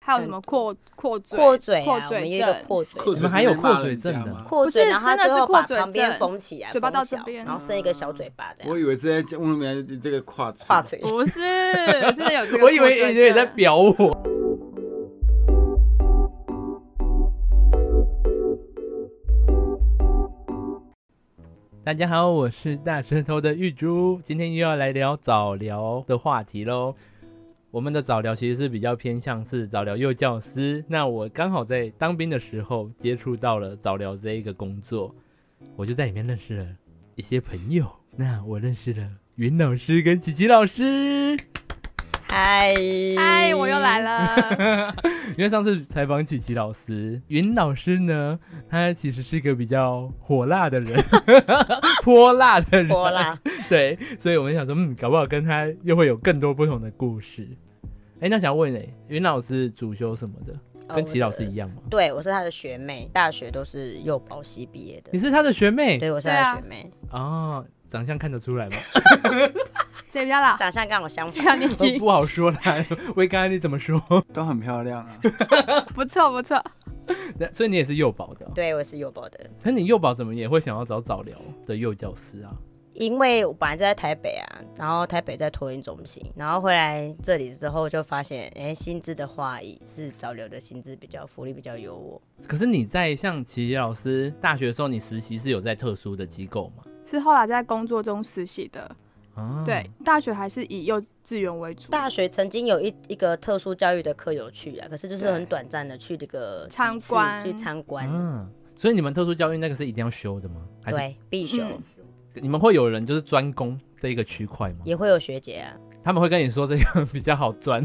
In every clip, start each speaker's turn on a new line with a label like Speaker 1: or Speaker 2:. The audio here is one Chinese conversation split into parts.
Speaker 1: 还有什么扩扩嘴、
Speaker 2: 扩嘴
Speaker 1: 扩
Speaker 2: 啊，我
Speaker 1: 嘴
Speaker 2: 们有一个
Speaker 1: 症，
Speaker 2: 扩嘴的，
Speaker 3: 扩嘴
Speaker 4: 你们还有扩嘴症的
Speaker 2: 扩嘴，
Speaker 1: 不是
Speaker 2: 然后它
Speaker 1: 真的
Speaker 2: 最后
Speaker 1: 是扩
Speaker 2: 把
Speaker 1: 嘴
Speaker 2: 旁边
Speaker 1: 症
Speaker 2: 封起来，
Speaker 1: 嘴巴
Speaker 2: 封
Speaker 1: 到这
Speaker 2: 小
Speaker 1: 边
Speaker 2: 然后剩一个小嘴巴这
Speaker 3: 我
Speaker 2: 样，
Speaker 3: 以为是在问你们这个跨嘴
Speaker 2: 跨嘴。
Speaker 1: 不是，真的有这 个。
Speaker 4: 我以为以为你在。表我。大家好，我是大舌头的玉珠，今天又要来聊早疗的话题喽。我们的早疗其实是比较偏向是早疗幼教师，那我刚好在当兵的时候接触到了早疗这一个工作，我就在里面认识了一些朋友。那我认识了云老师跟琪琪老师。
Speaker 2: 嗨，
Speaker 1: 哎，我又来。 了。
Speaker 4: 因为上次采访琪琪老师，云老师呢，他其实是一个比较火辣的人， 泼辣的人，
Speaker 2: 泼啦，
Speaker 4: 对，所以我们想说，嗯，搞不好跟他又会有更多不同的故事。哎，那想问哎、云老师主修什么的，
Speaker 2: 哦
Speaker 4: 跟齐老师
Speaker 2: 我
Speaker 4: 一样吗？
Speaker 2: 对，我是他的学妹，大学都是幼保系毕业的
Speaker 4: 你。是他的学妹
Speaker 2: 对，我是
Speaker 1: 对
Speaker 2: 他
Speaker 1: 啊
Speaker 2: 的学妹，
Speaker 4: 哦，长相看得出来 吗？
Speaker 1: 谁比较老？
Speaker 2: 长相跟我相
Speaker 1: 这
Speaker 2: 反。
Speaker 1: 样年
Speaker 4: 哦
Speaker 1: 纪
Speaker 4: 不好说啦，威刚你怎么说？
Speaker 3: 都很漂亮啊。
Speaker 1: 不错不错。
Speaker 4: 那所以你也是幼保的哦、
Speaker 2: 对，我是幼保的，
Speaker 4: 可是你幼保怎么也会想要找早疗的幼教师啊？
Speaker 2: 因为我本来就在台北啊，然后台北在托运中心，然后回来这里之后就发现，哎、薪资的话也是早流的薪资比较福利比较优渥。
Speaker 4: 可是你在像琪琪老师大学的时候，你实习是有在特殊的机构吗？
Speaker 1: 是后来在工作中实习的，
Speaker 4: 啊，
Speaker 1: 对，，大学还是以幼稚园为主，
Speaker 2: 大学曾经有一一个特殊教育的课有去啊，可是就是
Speaker 1: 对
Speaker 2: 很短暂的去这个几
Speaker 1: 参
Speaker 2: 次
Speaker 1: 观
Speaker 2: 去参观，
Speaker 4: 嗯，所以你们特殊教育那个是一定要修的吗？还是
Speaker 2: 对，必修、
Speaker 1: 嗯
Speaker 4: 你们会有人就是专攻这一个区块吗？
Speaker 2: 也会有学姐啊，
Speaker 4: 他们会跟你说这个比较好钻，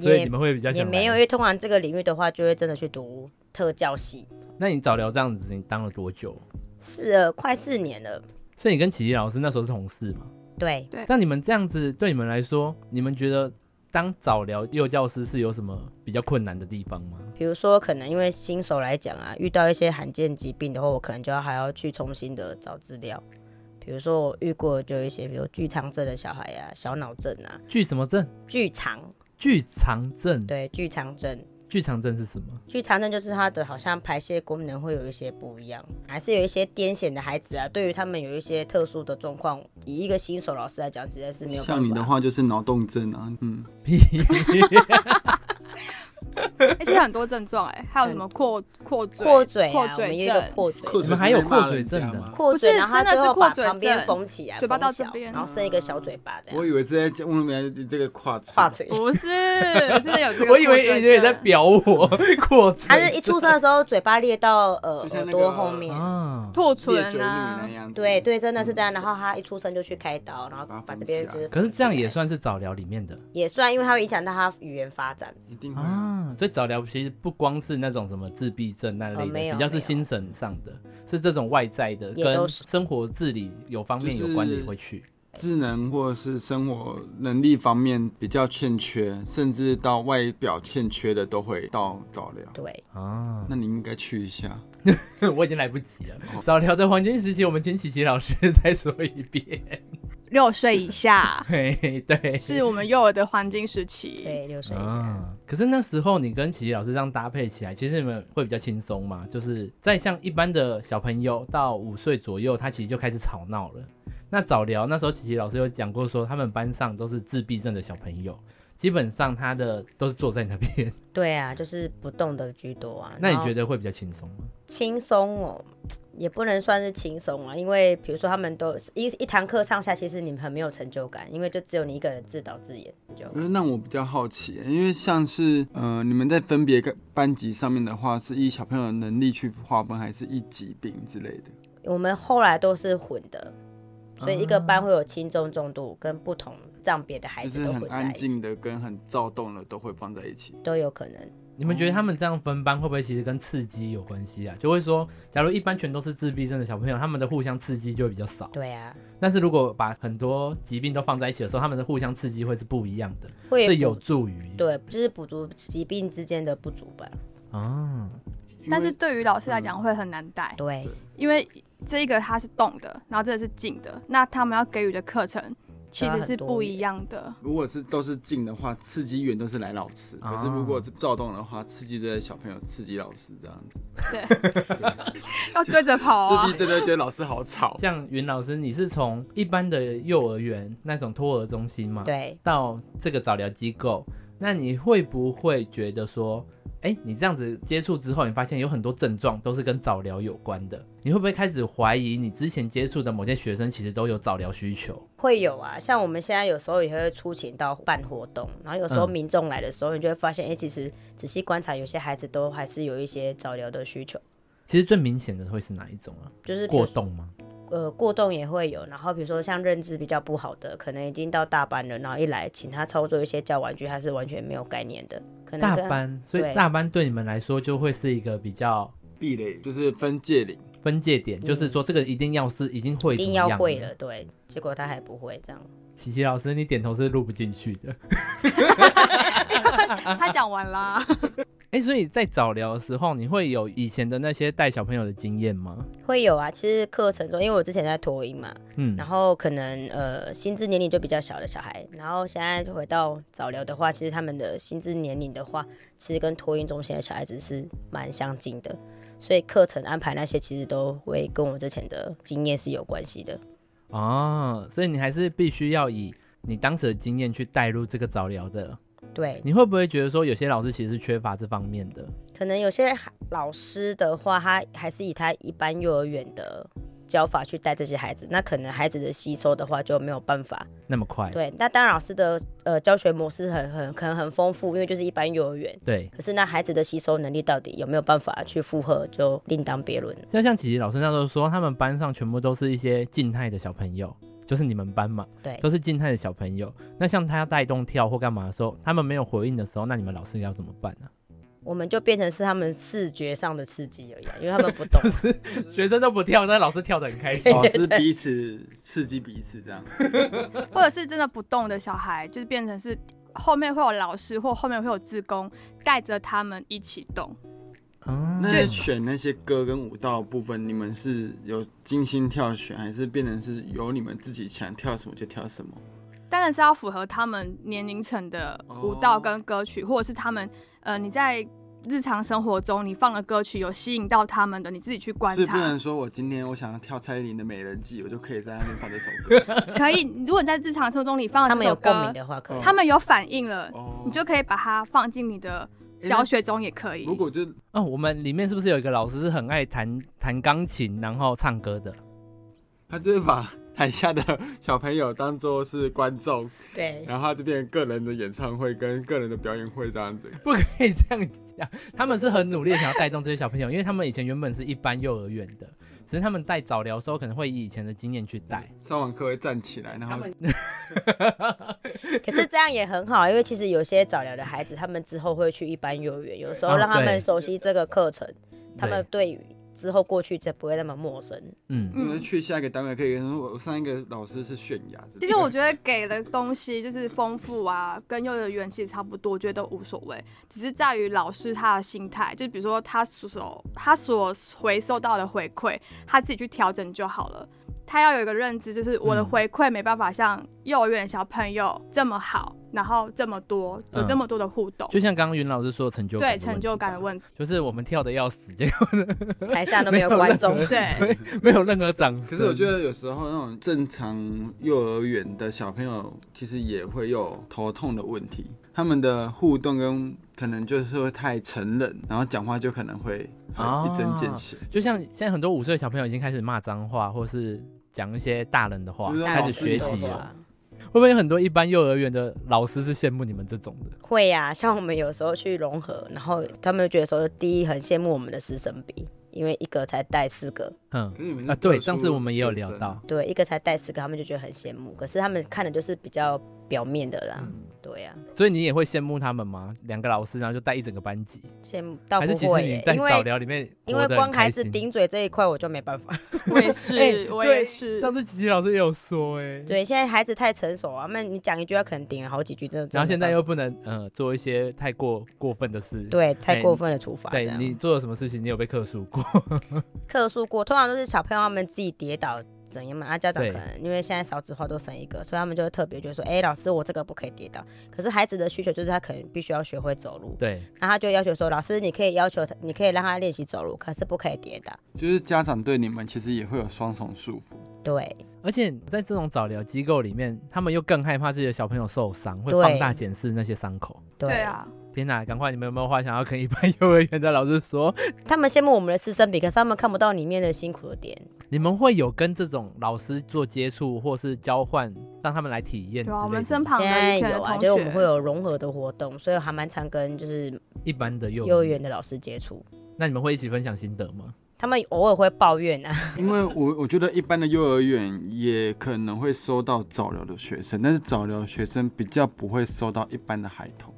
Speaker 4: 所以你
Speaker 2: 也
Speaker 4: 们会比较想
Speaker 2: 也
Speaker 4: 来
Speaker 2: 没有，因。为通常这个领域的话，就会真的去读特教系，
Speaker 4: 那你早疗这样子，你当了多久？
Speaker 2: 四呃快四年了，
Speaker 4: 所以你跟琪琪老师那时候是同事嘛？
Speaker 2: 对，
Speaker 1: 对
Speaker 4: 那你们这样子对你们来说，你们觉得当早疗幼教师是有什么比较困难的地方吗？
Speaker 2: 比如说，可能因为新手来讲啊，遇到一些罕见疾病的话，我可能就要还要去重新的找资料。比如说我遇过就有一些，比如巨肠症的小孩啊，小脑症啊，
Speaker 4: 剧什么症？
Speaker 2: 巨肠，
Speaker 4: 剧场症？
Speaker 2: 对，巨肠症，
Speaker 4: 剧场症是什么？
Speaker 2: 巨肠症就是它的好像排泄功能会有一些不一样，还是有一些癫痫的孩子啊，对于他们有一些特殊的状况，以一个新手老师来讲，实在是没有办法。
Speaker 3: 像你的话就是脑动症啊，嗯，
Speaker 4: 屁！
Speaker 1: 而且很多症状哎，还有什么扩扩嘴、
Speaker 2: 扩嘴
Speaker 1: 扩
Speaker 2: 啊，我们
Speaker 1: 嘴
Speaker 2: 有一个
Speaker 1: 症，
Speaker 2: 扩嘴，
Speaker 3: 扩
Speaker 4: 你
Speaker 3: 嘴
Speaker 4: 们还有扩嘴症的
Speaker 2: 扩嘴，
Speaker 1: 不是
Speaker 2: 然后它
Speaker 1: 真的是
Speaker 2: 最后把
Speaker 1: 扩嘴
Speaker 2: 旁边
Speaker 1: 症
Speaker 2: 封起来，
Speaker 1: 嘴巴
Speaker 2: 封
Speaker 1: 到
Speaker 2: 小
Speaker 1: 这边
Speaker 2: 然后剩一个小嘴巴这样。
Speaker 3: 我以为是在问你们这个跨嘴
Speaker 2: 跨嘴。
Speaker 1: 不是，真的有 这个。
Speaker 4: 我以为以为你在。表我 扩嘴，
Speaker 2: 他是一出生的时候嘴巴裂到呃
Speaker 3: 就像
Speaker 2: 耳
Speaker 3: 那个
Speaker 2: 朵后面，
Speaker 4: 啊，
Speaker 1: 兔
Speaker 3: 裂
Speaker 1: 唇
Speaker 3: 嘴女
Speaker 1: 啊
Speaker 3: 那，样子。
Speaker 2: 对对，真的是这样。然后他一出生就去开刀，然后
Speaker 3: 把它
Speaker 2: 把
Speaker 3: 缝
Speaker 2: 这边
Speaker 3: 起
Speaker 2: 就
Speaker 3: 来
Speaker 2: 是。
Speaker 4: 可是这样也算是早疗里面的
Speaker 2: 也算，因为它会影响到他语言发展。
Speaker 3: 一定会啊。
Speaker 4: 啊，所以早疗其实不光是那种什么自闭症那类
Speaker 2: 哦没
Speaker 4: 的，
Speaker 2: 有
Speaker 4: 比较是精神上的，是这种外在的
Speaker 2: 也都
Speaker 4: 跟
Speaker 2: 是
Speaker 4: 生活自理有方面有关的
Speaker 3: 就是
Speaker 4: 也会去。
Speaker 3: 智能或者是生活能力方面比较欠缺，甚至到外表欠缺的都会到早疗。
Speaker 2: 对，
Speaker 4: 啊，
Speaker 3: 那你应该去一下。
Speaker 4: 我已经来不及了。早疗的黄金时期，我们请琪琪老师 再说一遍。
Speaker 1: 六岁以 下
Speaker 4: 嘿，对，
Speaker 1: 是我们幼儿的黄金时期。
Speaker 2: 对，六岁以下。
Speaker 4: 啊，可是那时候你跟琪琪老师这样搭配起来，其实你们会比较轻松嘛？就是在像一般的小朋友到五岁左右，他其实就开始吵闹了。那早疗那时候琪琪老师有讲过说，他们班上都是自闭症的小朋友，基本上他的都是坐在那边。
Speaker 2: 对啊，就是不动的居多啊。
Speaker 4: 那你觉
Speaker 2: 得
Speaker 4: 得会比较轻松吗？
Speaker 2: 轻松哦？也不能算是轻松啊，因为比如说他们都一一堂课上下，其实你们很没有成就感，因为就只有你一个人自导自演，就
Speaker 3: 呃那我比较好奇，因为像是呃，你们在分别个班级上面的话，是依小朋友的能力去划分，还是依疾病之类的？
Speaker 2: 我们后来都是混的，所以一个班会有轻中、重度跟不同障别的孩
Speaker 3: 就
Speaker 2: 子
Speaker 3: 是
Speaker 2: 都
Speaker 3: 很
Speaker 2: 混在
Speaker 3: 安
Speaker 2: 一起，
Speaker 3: 静的跟很躁动的都会放在一起。
Speaker 2: 都有可能。
Speaker 4: 你们觉得他们这样分班会不会其实跟刺激有关系啊？就会说，假如一般全都是自闭症的小朋友，他们的互相刺激就会比较少。
Speaker 2: 对啊，
Speaker 4: 但是如果把很多疾病都放在一起的时候，他们的互相刺激会是不一样的，
Speaker 2: 会
Speaker 4: 是有
Speaker 2: 补
Speaker 4: 助于
Speaker 2: 对，就是补足疾病之间的不足吧。
Speaker 4: 啊，
Speaker 1: 但是对于老师来讲会很难带，
Speaker 2: 对
Speaker 1: 因为这个它是动的，然后这个是静的，那他们要给予的课程其实是不一
Speaker 2: 样。
Speaker 1: 样的。
Speaker 3: 如果是都是近的话，刺激源都是来老师；
Speaker 4: 啊
Speaker 3: 可是如果是躁动的话，刺激就在小朋友，刺激老师这样子。
Speaker 1: 对， 要追着
Speaker 2: 哦
Speaker 1: 跑
Speaker 3: 自
Speaker 1: 啊
Speaker 3: 闭！真的觉得老师好吵。
Speaker 4: 像云老师，你是从一般的幼儿园那种托儿中心嘛，，
Speaker 2: 对，
Speaker 4: 到这个早疗机构，那你会不会觉得说，哎、你这样子接触之后，你发现有很多症状都是跟早疗有关的，你会不会开始怀疑你之前接触的某些学生其实都有早疗需求？
Speaker 2: 会有啊，像我们现在有时候也会出勤到办活动，然后有时候
Speaker 4: 嗯
Speaker 2: 民众来的时候，你就会发现，哎、其实仔细观察，有些孩子都还是有一些早疗的需求，
Speaker 4: 其实最明显的会是哪一种啊？
Speaker 2: 就是比如
Speaker 4: 过动吗？
Speaker 2: 呃过动也会有，然后比如说像认知比较不好的，可能已经到大班了，然后一来请他操作一些教玩具，他是完全没有概念的，可能
Speaker 4: 大
Speaker 2: 跟
Speaker 4: 班，所以
Speaker 2: 对
Speaker 4: 大班对你们来说就会是一个比较
Speaker 3: 壁垒就是分界岭，
Speaker 4: 分界点，就是说这个一定要是已经会
Speaker 2: 嗯一
Speaker 4: 怎么
Speaker 2: 定
Speaker 4: 样
Speaker 2: 要会了，。对，结果他还不会这样。
Speaker 4: 琪琪老师，你点头是录不进去的。
Speaker 1: 他讲完啦，
Speaker 4: 哎、所以在早疗的时候，你会有以前的那些带小朋友的经验吗？
Speaker 2: 会有啊，其实课程中，因为我之前在托婴嘛，
Speaker 4: 嗯
Speaker 2: 然，后可能呃心智年龄就比较小的小孩，然后现在回到早疗的话，其实他们的心智年龄的话，其实跟托婴中心的小孩子是蛮相近的，所以课程安排那些其实都会跟我之前的经验是有关系的。
Speaker 4: 哦，所以你还是必须要以你当时的经验去带入这个早疗的。
Speaker 2: 对，
Speaker 4: 你会不会觉得说有些老师其实是缺乏这方面的？
Speaker 2: 嗯可能有些孩老师的话，他还是以他一般幼儿园的教法去带这些孩子，那可能孩子的吸收的话就没有办法
Speaker 4: 那么快？
Speaker 2: 对，那当然老师的呃教学模式很很可能很丰富，因为就是一般幼儿园。
Speaker 4: 对，
Speaker 2: 可是那孩子的吸收能力到底有没有办法去负荷，就另当别论了。
Speaker 4: 就像琪琪老师那时候说，他们班上全部都是一些静态的小朋友，就是你们班嘛，
Speaker 2: 对
Speaker 4: 都是静态的小朋友。那像他带动跳或干嘛的时候，他们没有回应的时候，那你们老师要怎么办啊呢、
Speaker 2: 我们就变成是他们视觉上的刺激而已啊、因为他们不懂。
Speaker 4: 学生都不跳，但老师跳得很开心。
Speaker 3: 老师彼此刺激彼此这样。
Speaker 1: 或者是真的不动的小孩，就是变成是后面会有老师或后面会有志工带着他们一起动。
Speaker 4: 嗯
Speaker 3: 那在选那些歌跟舞蹈的部分，你们是有精心挑选，还是变成是由你们自己想跳什么就跳什么？
Speaker 1: 当然是要符合他们年龄层的舞蹈跟歌曲，或者是他们呃你在日常生活中你放的歌曲有吸引到他们的，你自己去观
Speaker 3: 所以不
Speaker 1: 察
Speaker 3: 能。说我今天我想要跳蔡依林的《美人计》，我就可以在那边放这首 歌。
Speaker 1: 可以，如果你在日常生活中你放 了
Speaker 2: 他
Speaker 1: 这
Speaker 2: 们有
Speaker 1: 首
Speaker 2: 共鸣
Speaker 1: 歌，
Speaker 2: 的话，可以。
Speaker 1: 他们有反应了，
Speaker 3: 哦
Speaker 1: 你就可以把它放进你的
Speaker 3: 诶
Speaker 1: 教学中也可以。
Speaker 3: 那如果就
Speaker 4: 哦，我们里面是不是有一个老师是很爱弹弹钢琴，然后唱 歌的？
Speaker 3: 他就是把台下的小朋友当做是观众，
Speaker 2: 对，
Speaker 3: 然后他就变成个人的演唱会跟个人的表演会这样子。
Speaker 4: 不可以这样讲，他们是很努力地想要带动这些小朋友，因为他们以前原本是一般幼儿园的，只是他们带早疗的时候可能会以以前的经验去带。
Speaker 3: 上完课会站起来，然后
Speaker 2: 可是这样也很好，因为其实有些早疗的孩子，他们之后会去一般幼儿园，有时候
Speaker 4: 哦
Speaker 2: 让他
Speaker 4: 对
Speaker 2: 们熟悉这个课程，嗯他们
Speaker 4: 对
Speaker 2: 对于之后过去就不会那么陌生。
Speaker 4: 嗯，
Speaker 3: 你们去下一个单位可以跟他说，我上一个老师是泫雅之类的。
Speaker 1: 其实我觉得给的东西就是丰富啊，跟幼儿园其实差不多，我觉得都无所谓，只是在于老师他的心态，就比如说他所他所回收到的回馈，他自己去调整就好了。他要有一个认知，就是我的
Speaker 4: 嗯
Speaker 1: 回馈没办法像幼儿园小朋友这么好，然后这么多有
Speaker 4: 嗯
Speaker 1: 这么多的互动，
Speaker 4: 就像刚刚云老师说的成就感，
Speaker 1: 对成就感的，问 题，
Speaker 4: 就是我们跳的要死， 结果
Speaker 2: 台下都 没有观众，
Speaker 1: 对。
Speaker 4: 没有任何掌声。
Speaker 3: 可是我觉得有时候那种正常幼儿园的小朋友，其实也会有头痛的问题，他们的互动跟可能就是会太成人，然后讲话就可能会
Speaker 4: 啊
Speaker 3: 很一针见血。
Speaker 4: 就像现在很多五岁的小朋友已经开始骂脏话，或是讲一些大人的话，
Speaker 3: 就是
Speaker 2: 大
Speaker 4: 开
Speaker 2: 老
Speaker 4: 始
Speaker 2: 师
Speaker 4: 学
Speaker 2: 都
Speaker 4: 习
Speaker 2: 做
Speaker 4: 了。
Speaker 2: 啊
Speaker 4: 会不会有很多一般幼儿园的老师是羡慕你们这种的？
Speaker 2: 会呀、像我们有时候去融合，然后他们就觉得说，第一很羡慕我们的师生比，因为一个才带四个，
Speaker 4: 嗯
Speaker 3: 可是你们是
Speaker 4: 啊，对，
Speaker 3: 特殊
Speaker 4: 上次我们也有聊
Speaker 3: 学生
Speaker 4: 到，
Speaker 2: 对，一个才带四个，他们就觉得很羡慕。可是他们看的就是比较表面的啦，
Speaker 4: 嗯
Speaker 2: 对啊呀、
Speaker 4: 所以你也会羡慕他们吗？两个老师，然后就带一整个班级，
Speaker 2: 羡慕到
Speaker 4: 还是
Speaker 2: 不
Speaker 4: 其实
Speaker 2: 会
Speaker 4: 你
Speaker 2: 耶、
Speaker 4: 在
Speaker 2: 因
Speaker 4: 早
Speaker 2: 为
Speaker 4: 聊里面
Speaker 2: 因
Speaker 4: 活
Speaker 2: 为
Speaker 4: 得很
Speaker 2: 光
Speaker 4: 开
Speaker 2: 孩子
Speaker 4: 心
Speaker 2: 顶嘴这一块我就没办法。
Speaker 1: 我也
Speaker 4: 哎
Speaker 1: 是，我
Speaker 4: 对
Speaker 1: 也是。
Speaker 4: 上次琪琪老师也有说哎、
Speaker 2: 对，现在孩子太成熟啊，那你讲一句，他可能顶了好几句，真的。真的
Speaker 4: 然后现在
Speaker 2: 没
Speaker 4: 又
Speaker 2: 办
Speaker 4: 不能呃做一些太过过分的事，
Speaker 2: 法对
Speaker 4: 哎
Speaker 2: 太过分的处罚，这
Speaker 4: 对，你
Speaker 2: 样
Speaker 4: 做了什么事情，你有被克诉过？
Speaker 2: 克数过，通常都是小朋友他们自己跌倒。怎样嘛，啊，家长
Speaker 4: 对
Speaker 2: 可能因为现在少子化都生一个，所以他们就会特别觉得说，哎、老师我这个不可以跌倒。可是孩子的需求就是他可能必须要学会走路，
Speaker 4: 对，
Speaker 2: 那他就要求说，老师你可以要求他，你可以让他练习走路，可是不可以跌倒。
Speaker 3: 就是家长对你们其实也会有双重束缚。
Speaker 2: 对
Speaker 4: 而且在这种早疗机构里面，他们又更害怕自己的小朋友受伤，会
Speaker 2: 对
Speaker 4: 放大检视那些伤口。
Speaker 2: 对
Speaker 1: 对啊，
Speaker 4: 天哪，赶快！你们有没有话想要跟一般幼儿园的老师说？
Speaker 2: 他们羡慕我们的师生比，可是他们看不到里面的辛苦的点。
Speaker 4: 你们会有跟这种老师做接触，或是交换，让他们来体验之类的？
Speaker 1: 有啊，我们身旁
Speaker 2: 现
Speaker 1: 的
Speaker 2: 在
Speaker 1: 以前的
Speaker 2: 有啊，
Speaker 1: 同
Speaker 2: 就是我们会
Speaker 1: 学，
Speaker 2: 有融合的活动，所以还蛮常跟就是
Speaker 4: 一般的幼
Speaker 2: 幼儿
Speaker 4: 园，
Speaker 2: 园的老师接触，
Speaker 4: 那你们会一起分享心得吗？
Speaker 2: 他们偶尔会抱怨啊，
Speaker 3: 因为我我觉得一般的幼儿园也可能会收到早疗的学生，但是早疗学生比较不会收到一般的孩童，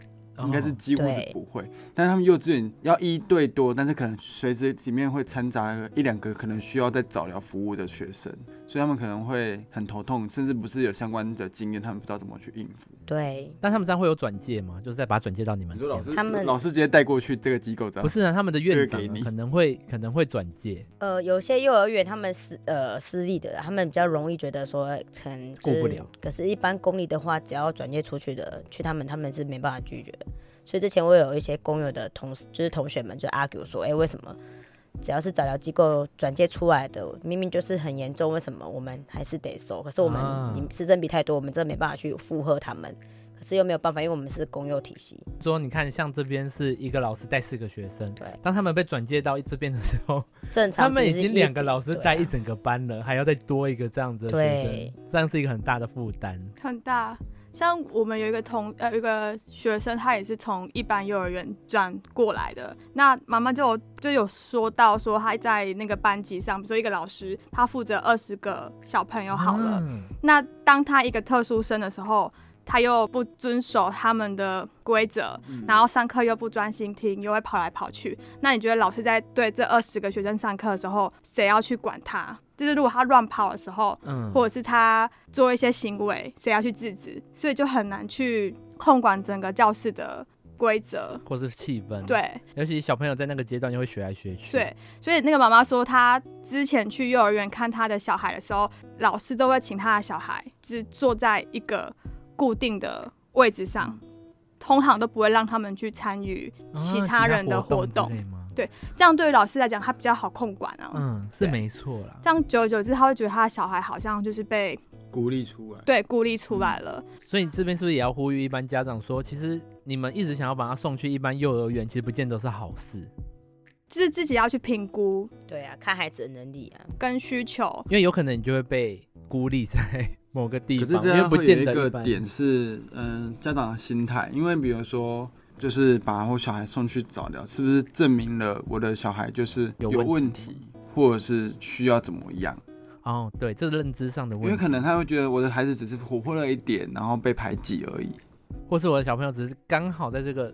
Speaker 3: 应该是
Speaker 4: 哦
Speaker 3: 几乎是
Speaker 2: 对
Speaker 3: 不会。但是他们幼稚园要一对多，但是可能随时里面会掺杂一两个可能需要在早疗服务的学生，所以他们可能会很头痛，甚至不是有相关的经验，他们不知道怎么去应付。
Speaker 2: 对，
Speaker 4: 但他们这样会有转介吗？就是再把它转介到你们
Speaker 3: 你
Speaker 4: 这
Speaker 3: 说
Speaker 4: 边
Speaker 3: 老
Speaker 4: 吗？
Speaker 3: 师，
Speaker 2: 他们
Speaker 3: 老师直接带过去这个机构这样，
Speaker 4: 不是啊，他们的院
Speaker 3: 这个
Speaker 4: 长
Speaker 3: 给
Speaker 4: 啊
Speaker 3: 你
Speaker 4: 可能会可能会转介，
Speaker 2: 呃，有些幼儿园他们私呃私立的，他们比较容易觉得说可能就
Speaker 4: 顾不
Speaker 2: 是
Speaker 4: 了。
Speaker 2: 可是，一般公立的话，只要转介出去的，去他们他们是没办法拒绝的。所以之前我有一些工友的同事，就是同学们就 argue 说，哎、为什么只要是早疗机构转介出来的，明明就是很严重，为什么我们还是得收？可是我们
Speaker 4: 啊
Speaker 2: 你师生比太多，我们真的没办法去附和他们。可是又没有办法，因为我们是公幼体系，
Speaker 4: 说你看，像这边是一个老师带四个学生，
Speaker 2: 对
Speaker 4: 当他们被转介到这边的时 候，
Speaker 2: 正常
Speaker 4: 他们已
Speaker 2: 比例
Speaker 4: 经
Speaker 2: 是
Speaker 4: 两个
Speaker 2: 比
Speaker 4: 老师
Speaker 2: 对啊
Speaker 4: 带一整个班了，还要再多一个这样子的学
Speaker 2: 对
Speaker 4: 生，这样是一个很大的负担。
Speaker 1: 很大。像我们有一个同呃有一个学生，他也是从一般幼儿园转过来的。那妈妈就有就有说到说他在那个班级上，比如说一个老师，他负责二十个小朋友好了，
Speaker 4: 嗯
Speaker 1: 那当他一个特殊生的时候，他又不遵守他们的规则，
Speaker 3: 嗯
Speaker 1: 然后上课又不专心听，又会跑来跑去。那你觉得老师在对这二十个学生上课的时候，谁要去管他？就是如果他乱跑的时候，
Speaker 4: 嗯
Speaker 1: 或者是他做一些行为，谁要去制止？所以就很难去控管整个教室的规则。
Speaker 4: 或是气氛，，
Speaker 1: 对，
Speaker 4: 尤其小朋友在那个阶段就会学来学去，啊
Speaker 1: 对，所以那个妈妈说，她之前去幼儿园看她的小孩的时候，老师都会请她的小孩只坐在一个固定的位置上，通常都不会让他们去参与
Speaker 4: 啊，
Speaker 1: 其他人的
Speaker 4: 活
Speaker 1: 活动。
Speaker 4: 之类吗？
Speaker 1: 哦这样对于老师来讲，他比较好控管啊。
Speaker 4: 嗯，是
Speaker 1: 对
Speaker 4: 没错啦。
Speaker 1: 这样久而久之，他会觉得他的小孩好像就是被
Speaker 3: 鼓励出来。
Speaker 1: 对孤立出来了。
Speaker 4: 所以你这边是不是也要呼吁一般家长说，其实你们一直想要把他送去一般幼儿园，其实不见得是好事，
Speaker 1: 就是自己要去评估
Speaker 2: 对啊，看孩子的能力啊。
Speaker 1: 跟需求，
Speaker 4: 因为有可能你就会被孤立在 某个地
Speaker 3: 可
Speaker 4: 方，
Speaker 3: 是这
Speaker 4: 因为
Speaker 3: 样
Speaker 4: 不
Speaker 3: 会有
Speaker 4: 见
Speaker 3: 一
Speaker 4: 得
Speaker 3: 个
Speaker 4: 一般
Speaker 3: 点是，嗯，家长的心态，因为比如说，就是把我小孩送去早疗，是不是证明了我的小孩就是
Speaker 4: 有
Speaker 3: 有
Speaker 4: 问题
Speaker 3: 问题，或者是需要怎么样？
Speaker 4: 哦，对，这是认知上的
Speaker 3: 因为
Speaker 4: 问题，
Speaker 3: 可能他会觉得我的孩子只是活泼了一点，然后被排挤而已。
Speaker 4: 或是我的小朋友只是刚好在这个。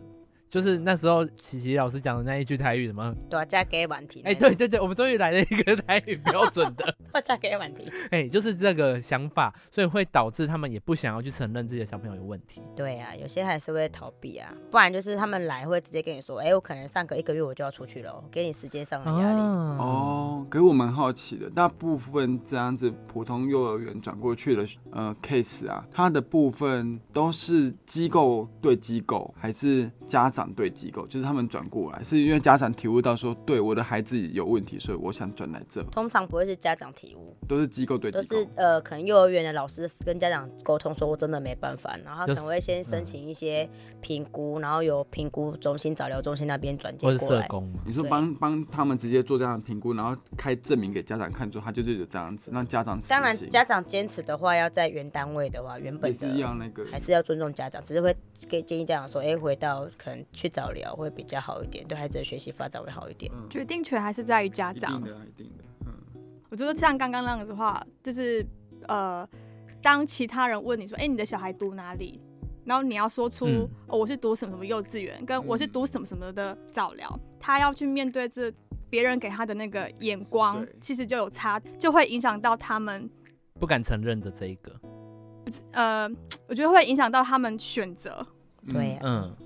Speaker 4: 就是那时候，琪琪老师讲的那一句台语 什么？
Speaker 2: 对啊，嫁给婉婷。
Speaker 4: 哎、对，对对，我们终于来了一个台语标准 的，
Speaker 2: 嫁给婉婷。
Speaker 4: 哎、就是这个想法，所以会导致他们也不想要去承认自己的小朋友有问题。
Speaker 2: 对啊，有些还是会逃避啊，不然就是他们来会直接跟你说，哎、我可能上个一个月我就要出去了哦，给你时间上的压力。
Speaker 4: 哦，
Speaker 3: 哦，可是我蛮好奇的，大部分这样子普通幼儿园转过去的呃 case 啊，它的部分都是机构对机构，还是家长对机构？就是他们转过来，是因为家长体悟到说，对我的孩子有问题，所以我想转来这，
Speaker 2: 通常不会是家长体悟，
Speaker 3: 都是机构对
Speaker 2: 都
Speaker 3: 机
Speaker 2: 是
Speaker 3: 构。
Speaker 2: 呃，可能幼儿园的老师跟家长沟通说，我真的没办法，然后他
Speaker 4: 就
Speaker 2: 可
Speaker 4: 是嗯
Speaker 2: 能会先申请一些评估，然后由评估中心、早疗中心那边转
Speaker 4: 或
Speaker 2: 接
Speaker 4: 是
Speaker 2: 过
Speaker 4: 社
Speaker 2: 来。
Speaker 4: 工嘛，
Speaker 3: 你说
Speaker 2: 对
Speaker 3: 帮帮他们直接做这样的评估，然后开证明给家长看，说他就是有这样子，让家长实
Speaker 2: 当然，
Speaker 3: 行
Speaker 2: 家长坚持的话，要在原单位的话，原
Speaker 3: 也
Speaker 2: 本
Speaker 3: 是要
Speaker 2: 的
Speaker 3: 那个，
Speaker 2: 还是要尊重家长，只是会给建议家长说，哎、回到可能去早疗会比较好一点，对孩子的学习发展会好一点。
Speaker 1: 决定权还是在于家
Speaker 3: 一
Speaker 1: 长
Speaker 3: 定。的啊，一定的，嗯。
Speaker 1: 我觉得像刚刚那样子的话，就是呃，当其他人问你说：“哎、你的小孩读哪里？”然后你要说出、
Speaker 4: 嗯
Speaker 1: 哦、我是读什么什么幼稚园，跟我是
Speaker 3: 嗯
Speaker 1: 读什么什么的早疗，他要去面对这别人给他的那个眼光
Speaker 3: 对，
Speaker 1: 其实就有差，就会影响到他们。
Speaker 4: 不敢承认的这一个，
Speaker 1: 呃，我觉得会影响到他们选择。
Speaker 3: 嗯
Speaker 2: 对、啊，
Speaker 4: 嗯，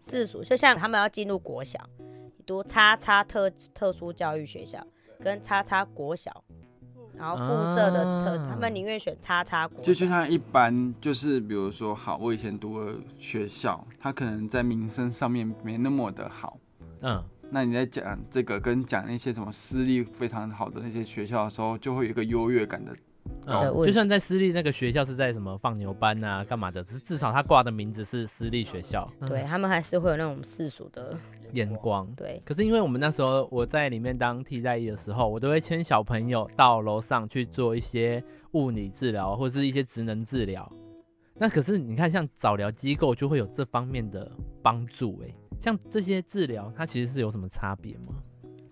Speaker 2: 世俗，就像他们要进入国小，你读叉叉特特殊教育学校跟叉叉国小，然后肤色的特，
Speaker 4: 啊
Speaker 2: 他们宁愿选叉叉国
Speaker 3: 就
Speaker 2: 小
Speaker 3: 就像一般，就是比如说，好，我以前读的学校，它可能在名声上面没那么的好。
Speaker 4: 嗯，
Speaker 3: 那你在讲这个跟讲那些什么私立非常好的那些学校的时候，就会有一个优越感的。
Speaker 2: 的
Speaker 4: 嗯
Speaker 2: 问
Speaker 4: 就
Speaker 2: 题
Speaker 4: 算在私立那个学校是在什么放牛班啊、干嘛的，只至少他挂的名字是私立学校，
Speaker 2: 对他们还是会有那种世俗的，
Speaker 4: 眼光。
Speaker 2: 对，
Speaker 4: 可是因为我们那时候我在里面当替代役的时候，我都会牵小朋友到楼上去做一些物理治疗或是一些职能治疗。那可是你看，像早疗机构就会有这方面的帮助、欸，像这些治疗它其实是有什么差别吗？